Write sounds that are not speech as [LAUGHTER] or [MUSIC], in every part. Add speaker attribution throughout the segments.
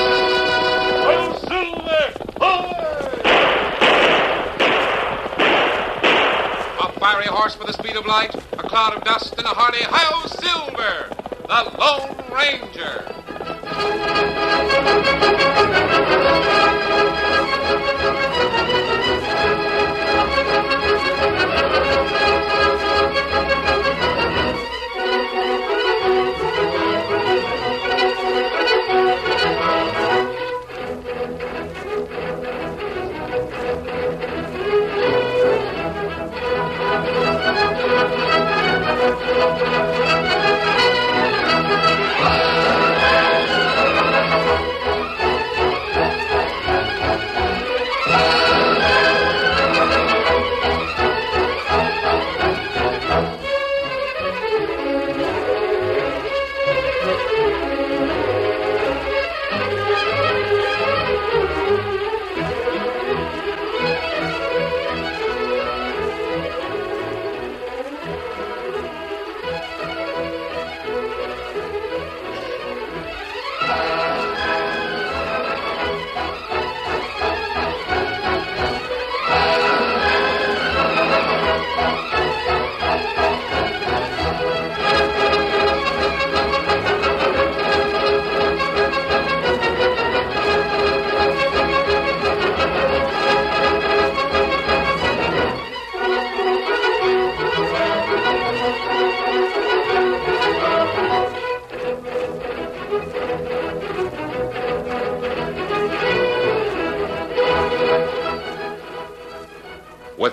Speaker 1: Ho, Silver! Ho!
Speaker 2: A fiery horse with the speed of light, a cloud of dust, and a hearty Hi-Yo Silver, the Lone Ranger. With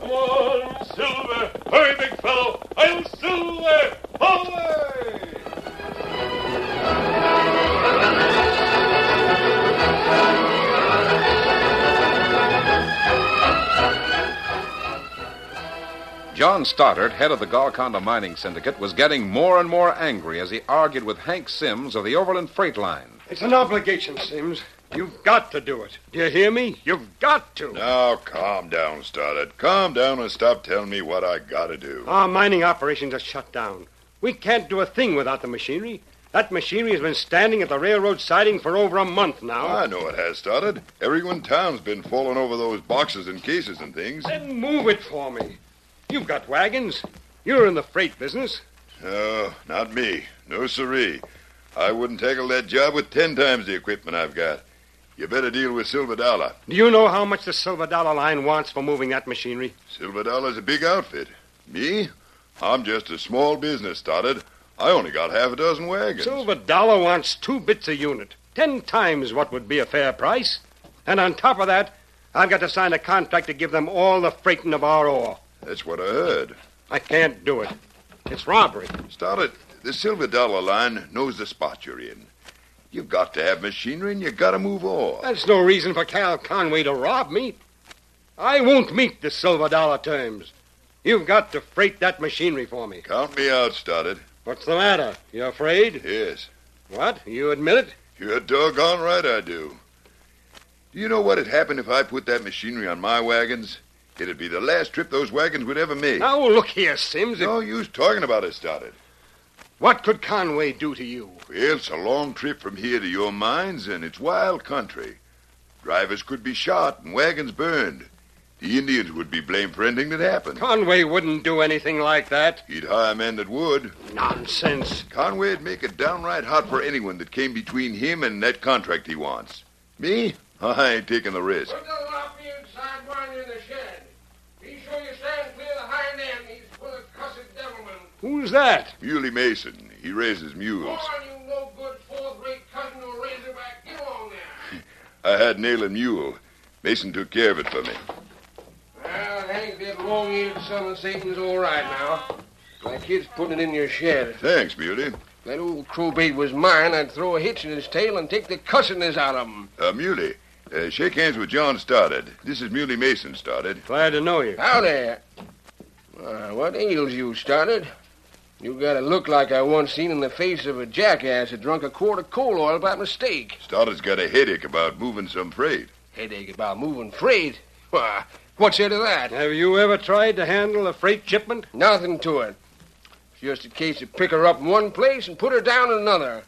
Speaker 1: Come on, Silver! Hurry, big fellow! I'm Silver! Ho!
Speaker 2: John Stoddard, head of the Golconda Mining Syndicate, was getting more and more angry as he argued with Hank Sims of the Overland Freight Line.
Speaker 3: It's an obligation, Sims. You've got to do it. Do you hear me? You've got to.
Speaker 4: Now, calm down, Stoddard. Calm down and stop telling me what I gotta do.
Speaker 3: Our mining operations are shut down. We can't do a thing without the machinery. That machinery has been standing at the railroad siding for over a month now.
Speaker 4: I know it has, Stoddard. Everyone in town's been falling over those boxes and cases and things.
Speaker 3: Then move it for me. You've got wagons. You're in the freight business.
Speaker 4: No, not me. No siree. I wouldn't tackle that job with ten times the equipment I've got. You better deal with Silver Dollar.
Speaker 3: Do you know how much the Silver Dollar Line wants for moving that machinery?
Speaker 4: Silver Dollar's a big outfit. Me? I'm just a small business, Stoddard. I only got half a dozen wagons.
Speaker 3: Silver Dollar wants two bits a unit, ten times what would be a fair price. And on top of that, I've got to sign a contract to give them all the freighting of our ore.
Speaker 4: That's what I heard.
Speaker 3: I can't do it. It's robbery.
Speaker 4: Stoddard, the Silver Dollar Line knows the spot you're in. You've got to have machinery and you gotta move ore.
Speaker 3: That's no reason for Cal Conway to rob me. I won't meet the silver dollar terms. You've got to freight that machinery for me.
Speaker 4: Count me out, Stoddard.
Speaker 3: What's the matter? You afraid?
Speaker 4: Yes,
Speaker 3: What? You admit it?
Speaker 4: you're doggone right I do. Do you know what'd happen if I put that machinery on my wagons? It'd be the last trip those wagons would ever make.
Speaker 3: Now look here, Sims. If-
Speaker 4: No use talking about it, Stoddard.
Speaker 3: What could Conway do to you?
Speaker 4: Well, it's a long trip from here to your mines, and it's wild country. Drivers could be shot and wagons burned. The Indians would be blamed for anything that happened.
Speaker 3: Conway wouldn't do anything like that.
Speaker 4: He'd hire men that would.
Speaker 3: Nonsense.
Speaker 4: Conway'd make it downright hot for anyone that came between him and that contract he wants. Me? [LAUGHS] I ain't taking the risk.
Speaker 5: We'll go up the inside barn in the shed. Be sure you stand clear of the hind end. He's full of cussed devilment.
Speaker 3: Who's that?
Speaker 4: Muley Mason, he raises mules.
Speaker 5: Warn you no good
Speaker 4: I had nail and mule. Mason took care of it for me.
Speaker 5: Well, Hank, that long-eared son of Satan's all right now. My kid's putting it in your shed. If
Speaker 4: Thanks, Muley.
Speaker 5: that old crowbait was mine, I'd throw a hitch in his tail and take the cussiness out of him.
Speaker 4: Uh, Muley, uh, shake hands with John Stoddard. This is Muley Mason, Stoddard.
Speaker 3: Glad to know you.
Speaker 5: Howdy. Uh, what ails you, Stoddard? You got a look like I once seen in the face of a jackass that drunk a quart of coal oil by mistake.
Speaker 4: Stoddard's got a headache about moving some freight.
Speaker 5: Headache about moving freight. Why, what's there to that?
Speaker 3: Have you ever tried to handle a freight shipment?
Speaker 5: Nothing to it. It's just a case of pick her up in one place and put her down in another.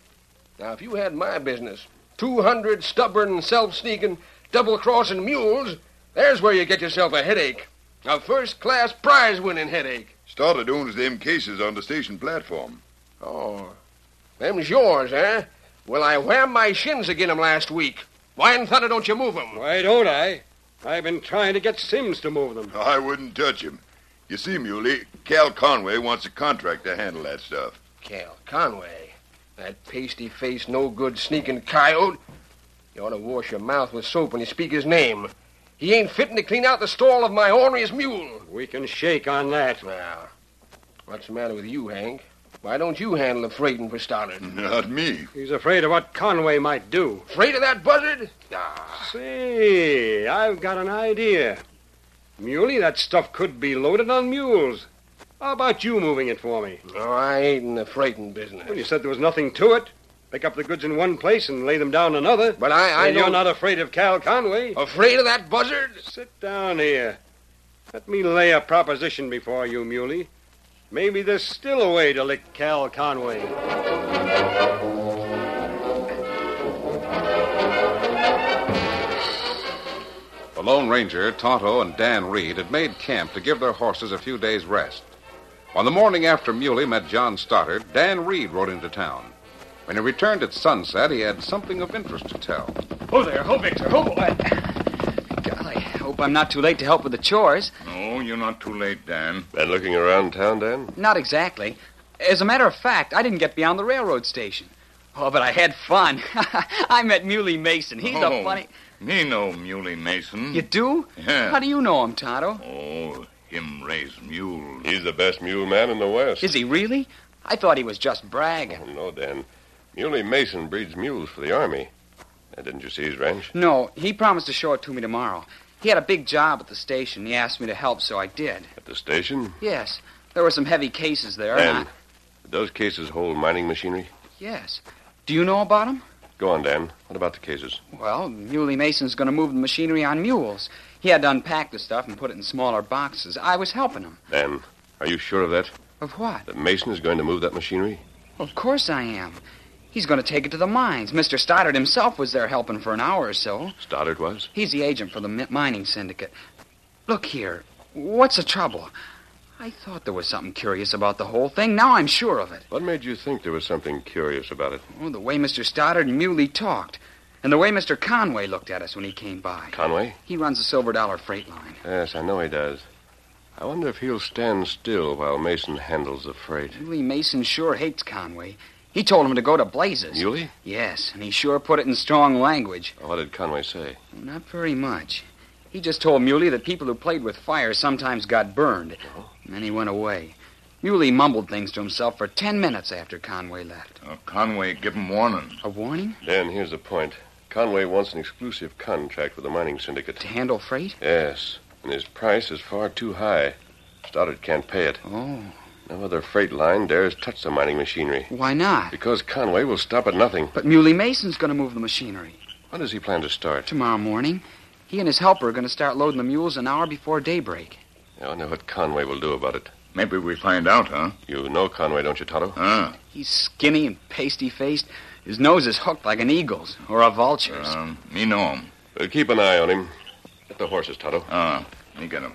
Speaker 5: Now, if you had my business, 200 stubborn, self-sneaking, double-crossing mules, there's where you get yourself a headache. A first-class prize-winning headache.
Speaker 4: Stoddard owns them cases on the station platform.
Speaker 5: Oh, them's yours, eh? Well, I whammed my shins again 'em last week. Why in thunder don't you move 'em?
Speaker 3: Why don't I? I've been trying to get Sims to move them.
Speaker 4: I wouldn't touch him. You see, Muley, Cal Conway wants a contract to handle that stuff.
Speaker 5: Cal Conway, that pasty-faced, no-good, sneaking coyote. You ought to wash your mouth with soap when you speak his name. He ain't fitting to clean out the stall of my orneriest mule.
Speaker 3: We can shake on that.
Speaker 5: Now, what's the matter with you, Hank? Why don't you handle the freighting for starters?
Speaker 4: Not me.
Speaker 3: He's afraid of what Conway might do.
Speaker 5: Afraid of that buzzard? Ah,
Speaker 3: Say, I've got an idea. Muley, that stuff could be loaded on mules. How about you moving it for me?
Speaker 5: no, I ain't in the freighting business.
Speaker 3: Well, you said there was nothing to it. Pick up the goods in one place and lay them down in another.
Speaker 5: But I, I
Speaker 3: And you're
Speaker 5: don't...
Speaker 3: not afraid of Cal Conway.
Speaker 5: Afraid of that buzzard?
Speaker 3: Sit down here. Let me lay a proposition before you, Muley. Maybe there's still a way to lick Cal Conway.
Speaker 2: The Lone Ranger, Tonto, and Dan Reed had made camp to give their horses a few days' rest. On the morning after Muley met John Stoddard, Dan Reed rode into town. When he returned at sunset, he had something of interest to tell.
Speaker 6: Ho there, ho, Victor, ho, boy. Golly, hope I'm not too late to help with the chores.
Speaker 2: No, you're not too late, Dan.
Speaker 7: Been looking around town, Dan?
Speaker 6: Not exactly. As a matter of fact, I didn't get beyond the railroad station. Oh, but I had fun. [LAUGHS] I met Muley Mason. He's a funny.
Speaker 7: Me no Muley Mason.
Speaker 6: You do?
Speaker 7: Yeah.
Speaker 6: How do you know him, Tonto?
Speaker 7: Oh, him raise mules. He's the best mule man in the West.
Speaker 6: Is he really? I thought he was just bragging.
Speaker 7: Oh, no, Dan. Muley Mason breeds mules for the Army. Now, didn't you see his ranch?
Speaker 6: No, he promised to show it to me tomorrow. He had a big job at the station. He asked me to help, so I did.
Speaker 7: At the station?
Speaker 6: Yes, there were some heavy cases there. and
Speaker 7: Dan,
Speaker 6: I-
Speaker 7: did those cases hold mining machinery?
Speaker 6: yes. Do you know about him?
Speaker 7: Go on, Dan. What about the cases?
Speaker 6: Well, Muley Mason's going to move the machinery on mules. He had to unpack the stuff and put it in smaller boxes. I was helping him.
Speaker 7: Dan, are you sure of that?
Speaker 6: Of what?
Speaker 7: That Mason is going to move that machinery?
Speaker 6: Of course I am. He's going to take it to the mines. Mr. Stoddard himself was there helping for an hour or so.
Speaker 7: Stoddard was?
Speaker 6: He's the agent for the mi- mining syndicate. Look here. What's the trouble? I thought there was something curious about the whole thing. Now I'm sure of it.
Speaker 7: What made you think there was something curious about it?
Speaker 6: Oh, the way Mr. Stoddard and Muley talked, and the way Mr. Conway looked at us when he came by.
Speaker 7: Conway?
Speaker 6: He runs the Silver Dollar Freight Line.
Speaker 7: Yes, I know he does. I wonder if he'll stand still while Mason handles the freight.
Speaker 6: Muley Mason sure hates Conway. He told him to go to blazes.
Speaker 7: Muley?
Speaker 6: Yes, and he sure put it in strong language.
Speaker 7: What did Conway say?
Speaker 6: Not very much. He just told Muley that people who played with fire sometimes got burned. And then he went away. Muley mumbled things to himself for ten minutes after Conway left.
Speaker 7: Uh, Conway give him warning.
Speaker 6: A warning?
Speaker 7: Dan, here's the point. Conway wants an exclusive contract with the mining syndicate.
Speaker 6: To handle freight?
Speaker 7: Yes, and his price is far too high. Stoddard can't pay it.
Speaker 6: Oh,
Speaker 7: No other freight line dares touch the mining machinery.
Speaker 6: why not?
Speaker 7: Because Conway will stop at nothing.
Speaker 6: But Muley Mason's going to move the machinery.
Speaker 7: When does he plan to start?
Speaker 6: Tomorrow morning, he and his helper are going to start loading the mules an hour before daybreak.
Speaker 7: I wonder what Conway will do about it.
Speaker 8: Maybe we find out, huh? Ah.
Speaker 7: You know Conway, don't you, Toto?
Speaker 8: Huh?
Speaker 6: He's skinny and pasty faced. His nose is hooked like an eagle's or a vulture's.
Speaker 8: Um, me know him.
Speaker 7: We'll Uh, keep an eye on him. Get the horses, Toto.
Speaker 8: Uh, me get him.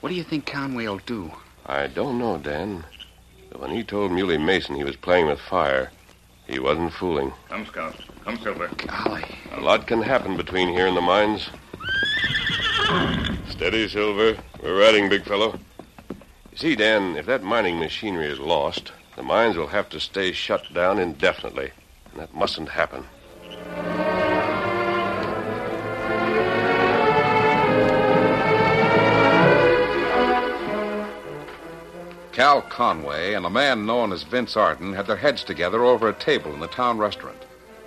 Speaker 6: What do you think Conway will do?
Speaker 7: I don't know, Dan. But when he told Muley Mason he was playing with fire, he wasn't fooling.
Speaker 8: Come, Scout. Come, Silver.
Speaker 6: Golly.
Speaker 7: A lot can happen between here and the mines. Steady, Silver. We're riding, big fellow. You see, Dan, if that mining machinery is lost, the mines will have to stay shut down indefinitely. And that mustn't happen.
Speaker 2: Cal Conway and a man known as Vince Arden had their heads together over a table in the town restaurant.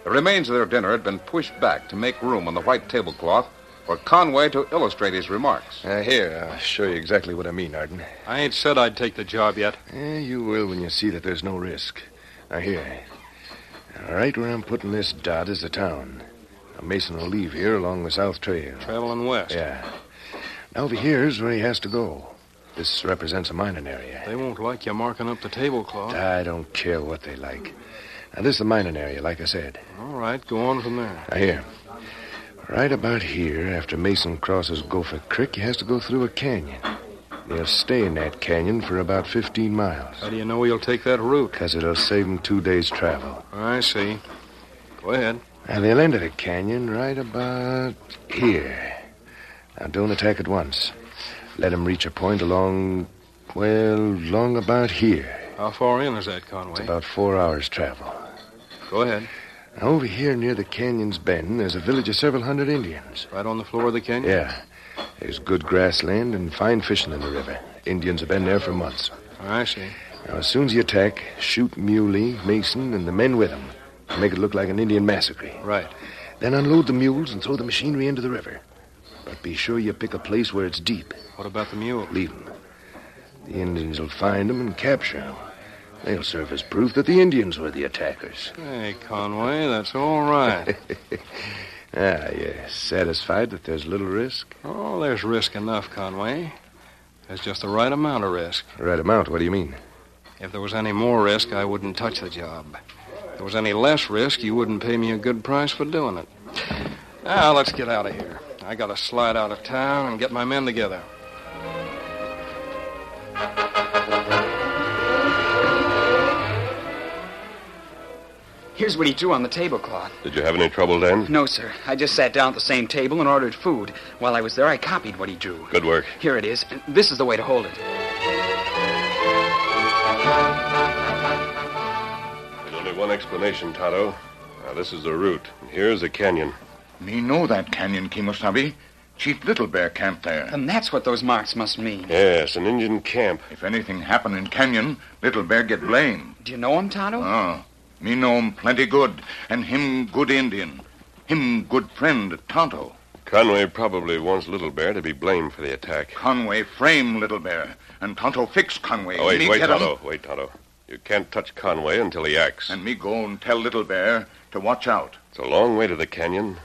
Speaker 2: The remains of their dinner had been pushed back to make room on the white tablecloth for Conway to illustrate his remarks.
Speaker 9: Uh, here, I'll show you exactly what I mean, Arden.
Speaker 3: I ain't said I'd take the job yet.
Speaker 9: Eh, you will when you see that there's no risk. Now, here. Right where I'm putting this dot is the town. Now, Mason will leave here along the South Trail.
Speaker 3: Traveling west.
Speaker 9: Yeah. Now, over here is where he has to go. This represents a mining area.
Speaker 3: They won't like you marking up the tablecloth.
Speaker 9: I don't care what they like. Now, this is the mining area, like I said.
Speaker 3: All right, go on from there.
Speaker 9: Now, here. Right about here, after Mason crosses Gopher Creek, he has to go through a canyon. He'll stay in that canyon for about 15 miles,
Speaker 3: How do you know he'll take that route?
Speaker 9: because it'll save him two days' travel.
Speaker 3: I see. Go ahead.
Speaker 9: And they'll enter the canyon right about here. Now, don't attack at once. Let him reach a point along, well, long about here.
Speaker 3: How far in is that,
Speaker 9: It's
Speaker 3: Conway?
Speaker 9: about four hours' travel.
Speaker 3: Go ahead.
Speaker 9: Now, over here near the canyon's bend, there's a village of several hundred Indians.
Speaker 3: Right on the floor of the canyon?
Speaker 9: Yeah. There's good grassland and fine fishing in the river. Indians have been there for months.
Speaker 3: I see.
Speaker 9: Now, as soon as you attack, shoot Muley, Mason, and the men with him. Make it look like an Indian massacre.
Speaker 3: Right.
Speaker 9: Then unload the mules and throw the machinery into the river. But be sure you pick a place where it's deep.
Speaker 3: What about the mule?
Speaker 9: Leave them. The Indians will find them and capture them. They'll serve as proof that the Indians were the attackers.
Speaker 3: Hey, Conway, that's all right.
Speaker 9: [LAUGHS] Ah, yes. Satisfied that there's little risk?
Speaker 3: oh, there's risk enough, Conway. There's just the right amount of risk.
Speaker 9: Right amount. What do you mean?
Speaker 3: If there was any more risk, I wouldn't touch the job. If there was any less risk, you wouldn't pay me a good price for doing it. Now, let's get out of here. I gotta slide out of town and get my men together.
Speaker 6: Here's what he drew on the tablecloth.
Speaker 7: Did you have any trouble, Dan?
Speaker 6: No, sir. I just sat down at the same table and ordered food. While I was there, I copied what he drew.
Speaker 7: Good work.
Speaker 6: Here it is. This is the way to hold it.
Speaker 7: There's only one explanation, Tonto. Now, this is the route, and here's the canyon.
Speaker 8: Me know that canyon, Kimosabe. Chief Little Bear camped there.
Speaker 6: And that's what those marks must mean.
Speaker 7: Yes, an Indian camp.
Speaker 8: If anything happen in canyon, Little Bear get blame.
Speaker 6: Do you know him, Tonto?
Speaker 8: Oh, me know him plenty good, and him good Indian. Him good friend, Tonto.
Speaker 7: Conway probably wants Little Bear to be blamed for the attack.
Speaker 8: Conway frame Little Bear, and Tonto fix Conway.
Speaker 7: Oh, wait,
Speaker 8: me
Speaker 7: wait,
Speaker 8: get 'em,
Speaker 7: Tonto. Wait, Tonto. You can't touch Conway until he acts.
Speaker 8: And me go and tell Little Bear to watch out.
Speaker 7: It's a long way to the canyon.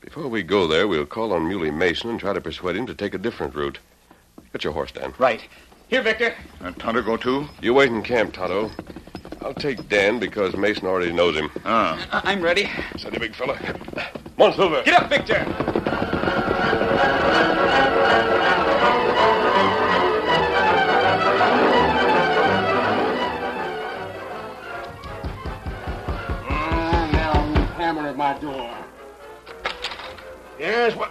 Speaker 7: Before we go there, we'll call on Muley Mason and try to persuade him to take a different route. Get your horse, Dan.
Speaker 6: Right. Here, Victor.
Speaker 8: And Tonto go too?
Speaker 7: You wait in camp, Tonto. I'll take Dan because Mason already knows him.
Speaker 8: Ah,
Speaker 6: I- Uh, I'm ready.
Speaker 7: Steady, big fella. Monsilver!
Speaker 6: Get up, Victor.
Speaker 3: Hammer at my door.
Speaker 5: Yes, what?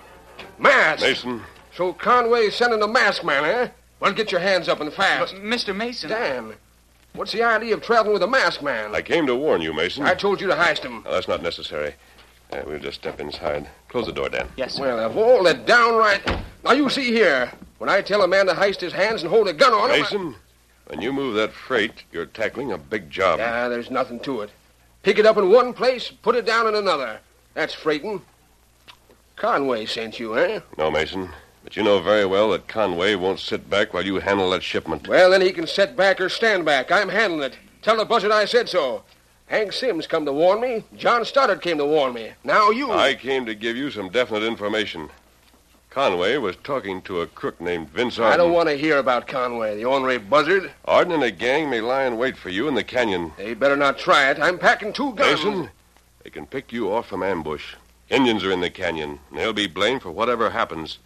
Speaker 5: Mask.
Speaker 7: Mason,
Speaker 5: So Conway's sending a mask man, eh? Well, get your hands up and
Speaker 6: But,
Speaker 5: fast.
Speaker 6: Mr. Mason.
Speaker 5: Damn. What's the idea of traveling with a mask man?
Speaker 7: I came to warn you, Mason.
Speaker 5: I told you to heist him.
Speaker 7: No, that's not necessary. Uh, we'll just step inside. Close the door, Dan.
Speaker 6: Yes, sir.
Speaker 5: Well, of all the downright. Now, you see here. When I tell a man to heist his hands and hold a gun on him. I-
Speaker 7: Mason, when you move that freight, you're tackling a big job.
Speaker 5: Ah, there's nothing to it. Pick it up in one place, put it down in another. That's freighting. Conway sent you, eh?
Speaker 7: No, Mason. But you know very well that Conway won't sit back while you handle that shipment.
Speaker 5: Well, then he can set back or stand back. I'm handling it. Tell the buzzard I said so. Hank Sims come to warn me. John Stoddard came to warn me. Now you.
Speaker 7: I came to give you some definite information. Conway was talking to a crook named Vince Arden.
Speaker 5: I don't want to hear about Conway, the ornery buzzard.
Speaker 7: Arden and a gang may lie in wait for you in the canyon.
Speaker 5: They better not try it. I'm packing two guns.
Speaker 7: Mason, they can pick you off from ambush. Indians are in the canyon, and they'll be blamed for whatever happens.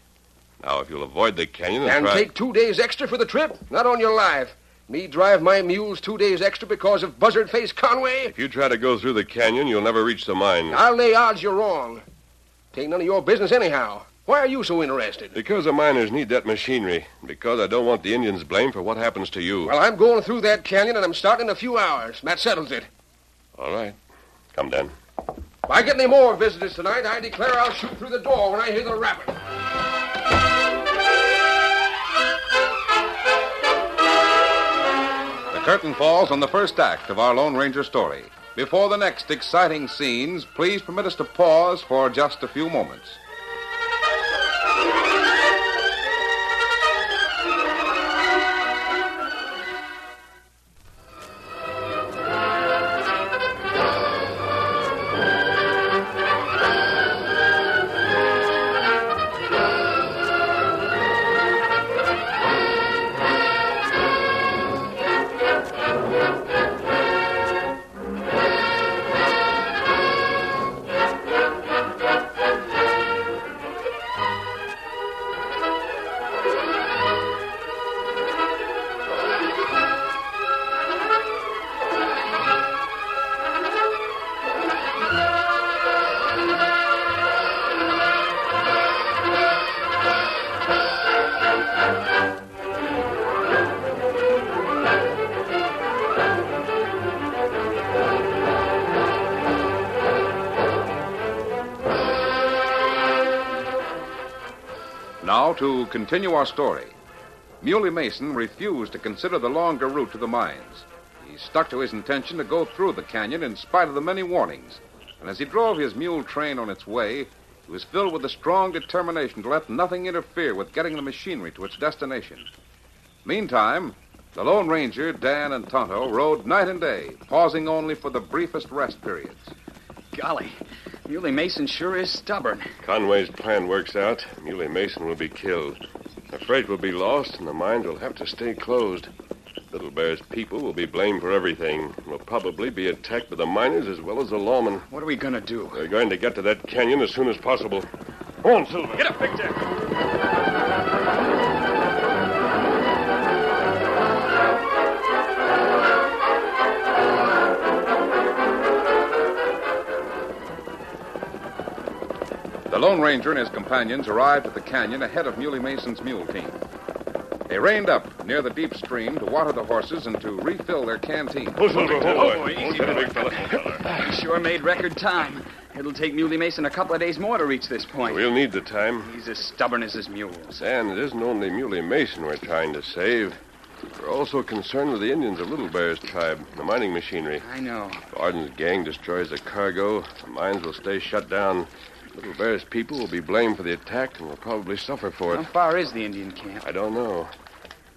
Speaker 7: Now, if you'll avoid the canyon and,
Speaker 5: and
Speaker 7: try...
Speaker 5: take two days extra for the trip? Not on your life. Me drive my mules two days extra because of buzzard face Conway?
Speaker 7: If you try to go through the canyon, you'll never reach the mine.
Speaker 5: I'll lay odds you're wrong. Tain't none of your business anyhow. Why are you so interested?
Speaker 7: Because the miners need that machinery. Because I don't want the Indians blamed for what happens to you.
Speaker 5: Well, I'm going through that canyon and I'm starting in a few hours. That settles it.
Speaker 7: All right. Come, Dan.
Speaker 5: If I get any more visitors tonight, I declare I'll shoot through the door when I hear the rapping.
Speaker 2: curtain falls on the first act of our Lone Ranger story. Before the next exciting scenes, please permit us to pause for just a few moments. Now, to continue our story. Muley Mason refused to consider the longer route to the mines. He stuck to his intention to go through the canyon in spite of the many warnings. And as he drove his mule train on its way, he was filled with a strong determination to let nothing interfere with getting the machinery to its destination. Meantime, the Lone Ranger, Dan, and Tonto rode night and day, pausing only for the briefest rest periods.
Speaker 6: Golly, Muley Mason sure is stubborn.
Speaker 7: Conway's plan works out, Muley Mason will be killed. The freight will be lost, and the mines will have to stay closed. Little Bear's people will be blamed for everything. and Will probably be attacked by the miners as well as the lawmen.
Speaker 6: What are we going to do?
Speaker 7: We're going to get to that canyon as soon as possible. Come on, Silver. Get up, Big Jack.
Speaker 2: The Lone Ranger and his companions arrived at the canyon ahead of Muley Mason's mule team. They reined up near the deep stream to water the horses and to refill their canteen.
Speaker 7: Oh, Silver, hold
Speaker 6: Oh,
Speaker 7: on.
Speaker 6: boy, easy,
Speaker 7: Hold on,
Speaker 6: boy.
Speaker 7: big fella.
Speaker 6: He sure made record time. It'll take Muley Mason a couple of days more to reach this point.
Speaker 7: We'll need the time.
Speaker 6: He's as stubborn as his mules.
Speaker 7: Dan, it isn't only Muley Mason we're trying to save. We're also concerned with the Indians of Little Bear's tribe, the mining machinery.
Speaker 6: I know.
Speaker 7: If Arden's gang destroys the cargo, the mines will stay shut down. Little Bear's people will be blamed for the attack and will probably suffer for
Speaker 6: How
Speaker 7: it.
Speaker 6: far is the Indian camp?
Speaker 7: I don't know.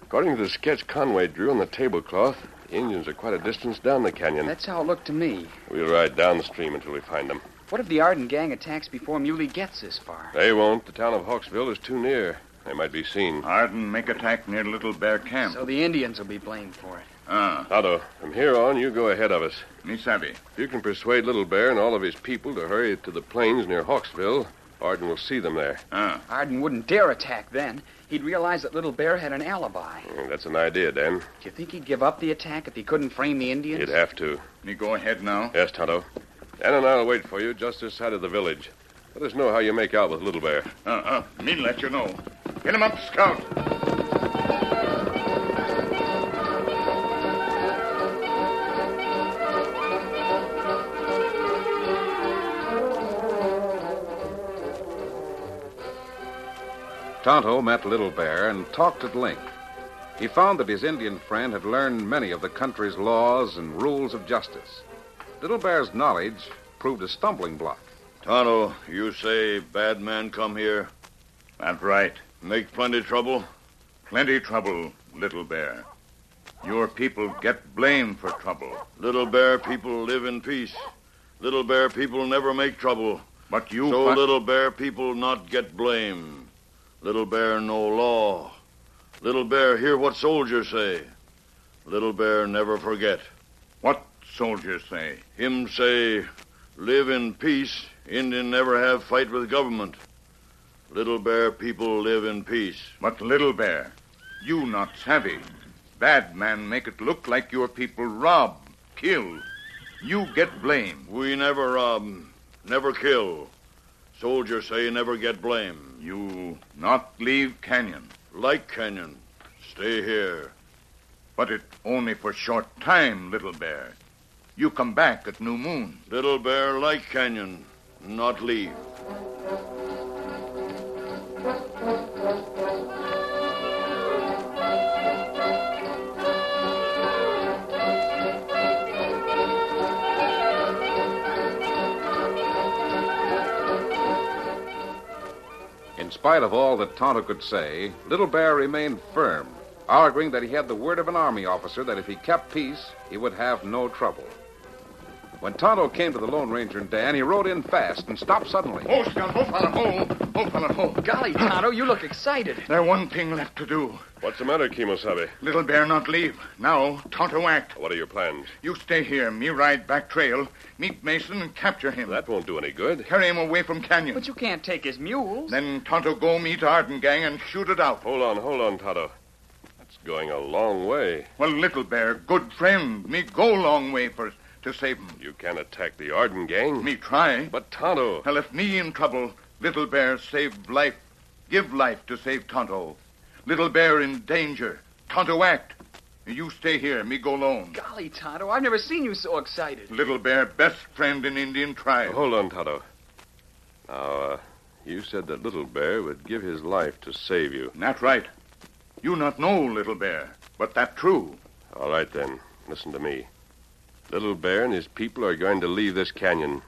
Speaker 7: According to the sketch Conway drew on the tablecloth, the Indians are quite a distance down the canyon.
Speaker 6: That's how it looked to me.
Speaker 7: We'll ride down the stream until we find them.
Speaker 6: What if the Arden gang attacks before Muley gets this far?
Speaker 7: They won't. The town of Hawksville is too near. They might be seen.
Speaker 8: Arden make attack near Little Bear Camp.
Speaker 6: So the Indians will be blamed for it.
Speaker 8: Ah,
Speaker 7: Otto, from here on, you go ahead of us.
Speaker 8: Nisabi.
Speaker 7: If you can persuade Little Bear and all of his people to hurry to the plains near Hawksville, Arden will see them there.
Speaker 8: Ah,
Speaker 6: Arden wouldn't dare attack then. He'd realize that Little Bear had an alibi.
Speaker 7: Mm, That's an idea, Dan.
Speaker 6: Do you think he'd give up the attack if he couldn't frame the Indians?
Speaker 7: You'd have to.
Speaker 8: me go ahead now.
Speaker 7: Yes, Tonto. Dan and I'll wait for you just this side of the village. Let us know how you make out with Little Bear.
Speaker 8: Uh, uh, me let you know. Get him up, Scout.
Speaker 2: Tonto met Little Bear and talked at length. He found that his Indian friend had learned many of the country's laws and rules of justice. Little Bear's knowledge proved a stumbling block.
Speaker 10: Tonto, you say bad man come here,
Speaker 8: That's right.
Speaker 10: make plenty trouble?
Speaker 8: Plenty trouble, Little Bear. Your people get blamed for trouble,
Speaker 10: Little Bear people live in peace. Little Bear people never make trouble.
Speaker 8: but you.
Speaker 10: So
Speaker 8: fi-
Speaker 10: Little Bear people not get blamed. Little Bear no law. Little Bear hear what soldiers say. Little Bear never forget.
Speaker 8: What soldiers say?
Speaker 10: Him say, live in peace. Indian never have fight with government. Little Bear people live in peace.
Speaker 8: But Little Bear, you not savvy. Bad man make it look like your people rob, kill. You get blame.
Speaker 10: We never rob, 'em, never kill. Soldiers say never get blame.
Speaker 8: You not leave canyon,
Speaker 10: Like Canyon, stay here.
Speaker 8: but it only for short time, Little Bear. You come back at new moon.
Speaker 10: Little Bear like Canyon, not leave.
Speaker 2: In spite of all that Tonto could say, Little Bear remained firm, arguing that he had the word of an army officer that if he kept peace, he would have no trouble. When Tonto came to the Lone Ranger and Dan, he rode in fast and stopped suddenly.
Speaker 8: Oh, Scout, oh, fella, oh, oh, fella, oh. [LAUGHS]
Speaker 6: Golly, Tonto, you look excited.
Speaker 8: There one thing left to do.
Speaker 7: What's the matter, Kimosabe?
Speaker 8: Little bear not leave. Now, Tonto act.
Speaker 7: What are your plans?
Speaker 8: You stay here. Me ride back trail. Meet Mason and capture him.
Speaker 7: That won't do any good.
Speaker 8: Carry him away from canyon.
Speaker 6: But you can't take his mules.
Speaker 8: Then Tonto go meet Arden gang and shoot it out.
Speaker 7: Hold on, hold on, Tonto. That's going a long way.
Speaker 8: Well, little bear, good friend. Me go long way for to save him.
Speaker 7: You can't attack the Arden gang.
Speaker 8: Me try.
Speaker 7: But Tonto.
Speaker 8: Now, if me in trouble, Little Bear save life. Give life to save Tonto. Little Bear in danger. Tonto act. You stay here. Me go alone.
Speaker 6: Golly, Tonto, I've never seen you so excited.
Speaker 8: Little Bear, best friend in Indian tribe.
Speaker 7: Hold on, Tonto. Now, uh, you said that Little Bear would give his life to save you.
Speaker 8: Not right. You not know Little Bear, but that true.
Speaker 7: All right, then. Listen to me. Little Bear and his people are going to leave this canyon.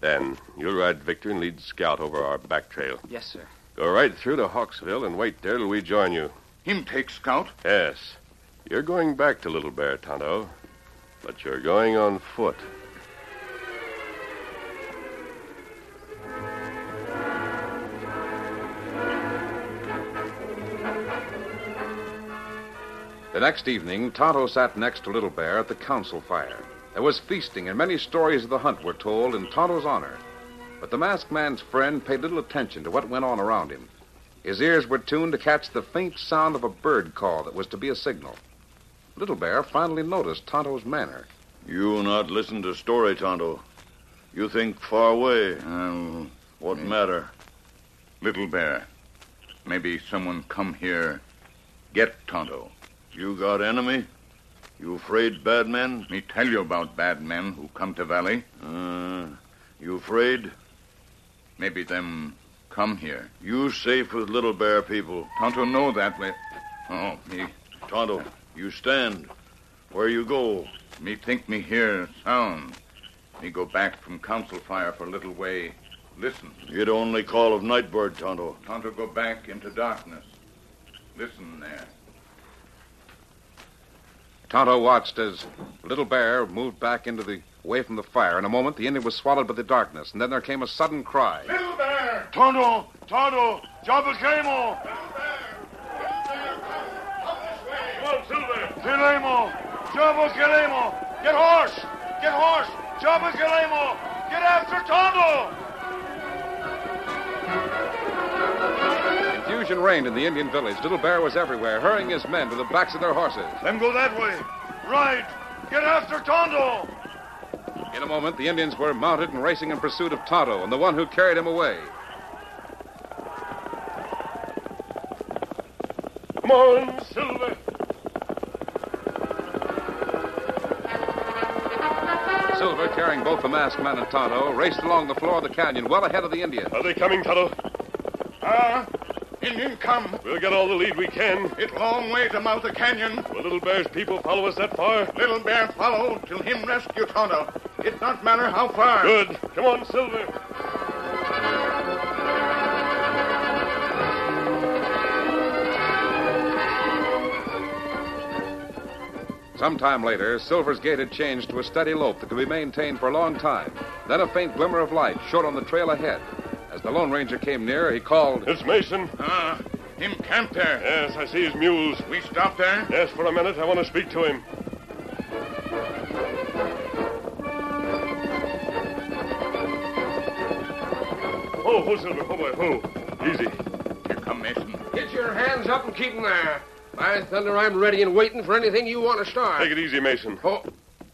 Speaker 7: Dan, you'll ride Victor and lead Scout over our back trail.
Speaker 6: Yes, sir.
Speaker 7: Go right through to Hawksville and wait there till we join you.
Speaker 8: Him take scout.
Speaker 7: Yes. You're going back to Little Bear, Tonto. But you're going on foot.
Speaker 2: The next evening, Tonto sat next to Little Bear at the council fire. There was feasting, and many stories of the hunt were told in Tonto's honor. But the masked man's friend paid little attention to what went on around him. His ears were tuned to catch the faint sound of a bird call that was to be a signal. Little Bear finally noticed Tonto's manner.
Speaker 4: You not listen to story, Tonto. You think far away.
Speaker 8: Um,
Speaker 4: What matter?
Speaker 8: little Bear, maybe someone come here, get Tonto.
Speaker 4: You got enemy? You afraid bad men?
Speaker 8: Me tell you about bad men who come to valley.
Speaker 4: Uh, you afraid?
Speaker 8: Maybe them come here.
Speaker 4: You safe with Little Bear people.
Speaker 8: Tonto know that way. Oh, me,
Speaker 4: Tonto, you stand. Where you go?
Speaker 8: me think me hear sound. Me go back from council fire for a little way. Listen.
Speaker 4: It only call of Nightbird, Tonto.
Speaker 8: Tonto go back into darkness. Listen there.
Speaker 2: Tonto watched as Little Bear moved back into the away from the fire. In a moment, the Indian was swallowed by the darkness, and then there came a sudden cry.
Speaker 8: Little Bear!
Speaker 4: Tonto! Tonto! Jabakemo!
Speaker 1: Come on, Silver.
Speaker 4: Kilemo! Jabakemo! Get horse! Get horse! Jabakemo! Get after Tonto!
Speaker 2: Confusion reigned in the Indian village. Little Bear was everywhere, hurrying his men to the backs of their horses.
Speaker 4: Them go that way. Right! Get after Tonto!
Speaker 2: In a moment, the Indians were mounted and racing in pursuit of Tonto and the one who carried him away.
Speaker 1: Come on, Silver.
Speaker 2: Silver, carrying both the masked man and Tonto, raced along the floor of the canyon well ahead of the Indian.
Speaker 7: Are they coming, Tonto?
Speaker 8: Ah, Indian come.
Speaker 7: We'll get all the lead we can.
Speaker 8: It long way to mouth the canyon.
Speaker 7: Will Little Bear's people follow us that far?
Speaker 8: Little Bear follow till him rescue Tonto. It not matter how far.
Speaker 7: Good. Come on, Silver.
Speaker 2: Sometime later, Silver's gait had changed to a steady lope that could be maintained for a long time. Then a faint glimmer of light showed on the trail ahead. As the Lone Ranger came near, he called.
Speaker 7: It's Mason.
Speaker 8: Ah, him camp there.
Speaker 7: Yes, I see his mules.
Speaker 8: We stop there.
Speaker 7: Yes, for a minute. I want to speak to him. Ho, ho, Silver. Ho, boy, ho. Easy.
Speaker 8: Here come Mason.
Speaker 5: Get your hands up and keep 'em there. By thunder, I'm ready and waiting for anything you want to start.
Speaker 7: Take it easy, Mason.
Speaker 5: Oh,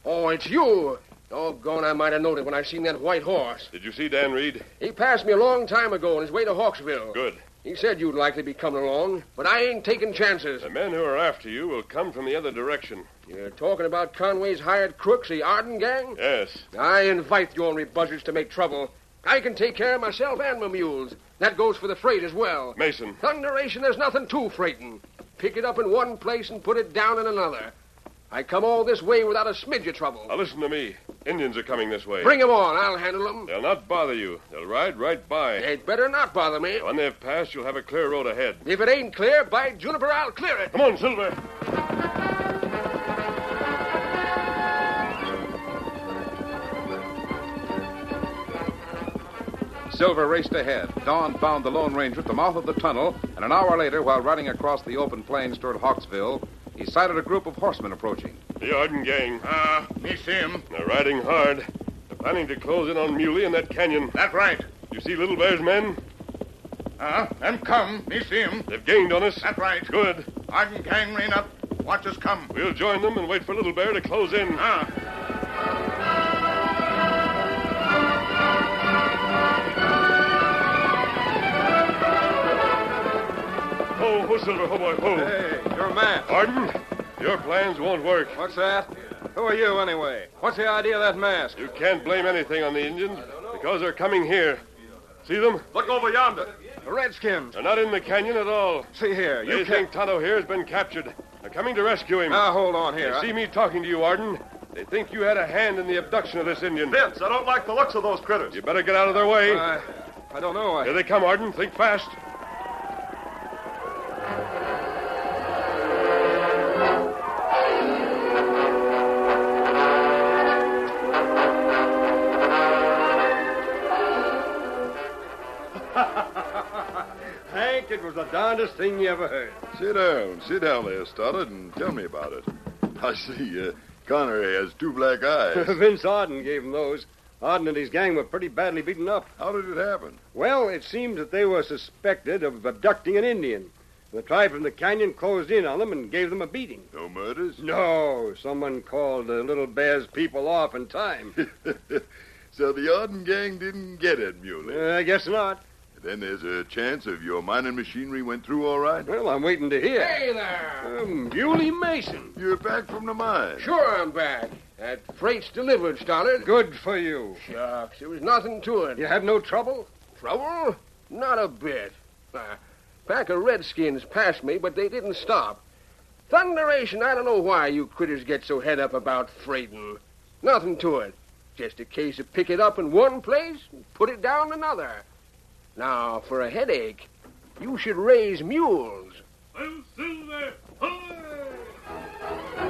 Speaker 5: oh, it's you. Doggone, I might have known it when I seen that white horse.
Speaker 7: Did you see Dan Reed?
Speaker 5: He passed me a long time ago on his way to Hawksville.
Speaker 7: Good.
Speaker 5: He said you'd likely be coming along, but I ain't taking chances.
Speaker 7: The men who are after you will come from the other direction.
Speaker 5: You're talking about Conway's hired crooks, the Arden gang?
Speaker 7: Yes.
Speaker 5: I invite you ornery buzzards to make trouble. I can take care of myself and my mules. That goes for the freight as well.
Speaker 7: Mason,
Speaker 5: Thunderation, there's nothing to freighting. Pick it up in one place and put it down in another. I come all this way without a smidge of trouble.
Speaker 7: Now listen to me. Indians are coming this way.
Speaker 5: Bring 'em on. I'll handle 'em.
Speaker 7: They'll not bother you. They'll ride right by.
Speaker 5: They'd better not bother me.
Speaker 7: When they've passed, you'll have a clear road ahead.
Speaker 5: If it ain't clear, by Juniper, I'll clear it.
Speaker 7: Come on, Silver.
Speaker 2: Silver raced ahead. Don found the Lone Ranger at the mouth of the tunnel, and an hour later, while riding across the open plains toward Hawksville, he sighted a group of horsemen approaching.
Speaker 7: The Arden gang.
Speaker 8: Ah, me see him.
Speaker 7: They're riding hard. They're planning to close in on Muley in that canyon.
Speaker 8: That right.
Speaker 7: You see Little Bear's men?
Speaker 8: Ah, them come. Me see him.
Speaker 7: They've gained on us.
Speaker 8: That right.
Speaker 7: Good.
Speaker 8: Arden gang rein up. Watch us come.
Speaker 7: We'll join them and wait for Little Bear to close in.
Speaker 8: Ah.
Speaker 7: Ho, ho, Silver, ho, boy, ho.
Speaker 2: Hey, you're a man.
Speaker 7: Arden, your plans won't work.
Speaker 2: What's that? Who are you, anyway? What's the idea of that mask?
Speaker 7: You can't blame anything on the Indians because they're coming here. See them?
Speaker 2: Look over yonder.
Speaker 8: Redskins.
Speaker 7: They're not in the canyon at all.
Speaker 8: See here.
Speaker 7: They think Tonto here has been captured. They're coming to rescue him.
Speaker 2: Now, hold on
Speaker 7: they
Speaker 2: here.
Speaker 7: see me talking to you, Arden. They think you had a hand in the abduction of this Indian.
Speaker 2: Vince, I don't like the looks of those critters.
Speaker 7: You better get out of their way.
Speaker 2: I, I don't know. I...
Speaker 7: Here they come, Arden. Think fast.
Speaker 3: [LAUGHS]
Speaker 8: Hank, it was the darndest thing you ever heard.
Speaker 4: Sit down. Sit down there, Stoddard, and tell me about it. I see uh, Connery has two black eyes.
Speaker 8: Vince Arden gave him those. Arden and his gang were pretty badly beaten up.
Speaker 4: How did it happen?
Speaker 8: Well, it seems that they were suspected of abducting an Indian. The tribe from the canyon closed in on them and gave them a beating.
Speaker 4: No murders?
Speaker 8: No, someone called the Little Bear's people off in time.
Speaker 4: [LAUGHS] so the Arden gang didn't get it, Muley.
Speaker 8: Uh, I guess not.
Speaker 4: Then there's a chance of your mining machinery went through all right.
Speaker 8: Well, I'm waiting to hear.
Speaker 5: Hey there.
Speaker 8: Um, Muley Mason.
Speaker 4: You're back from the mine.
Speaker 5: Sure, I'm back. That freight's delivered, Stoddard.
Speaker 8: Good for you.
Speaker 5: Shucks, there was nothing to it.
Speaker 8: You have no trouble?
Speaker 5: Trouble? Not a bit. A pack of redskins passed me, but they didn't stop. Thunderation, I don't know why you critters get so head up about freightin'. Nothing to it. Just a case of pick it up in one place and put it down another. Now, for a headache, you should raise mules.
Speaker 1: I'm Silver. Hooray!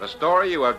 Speaker 2: The story you have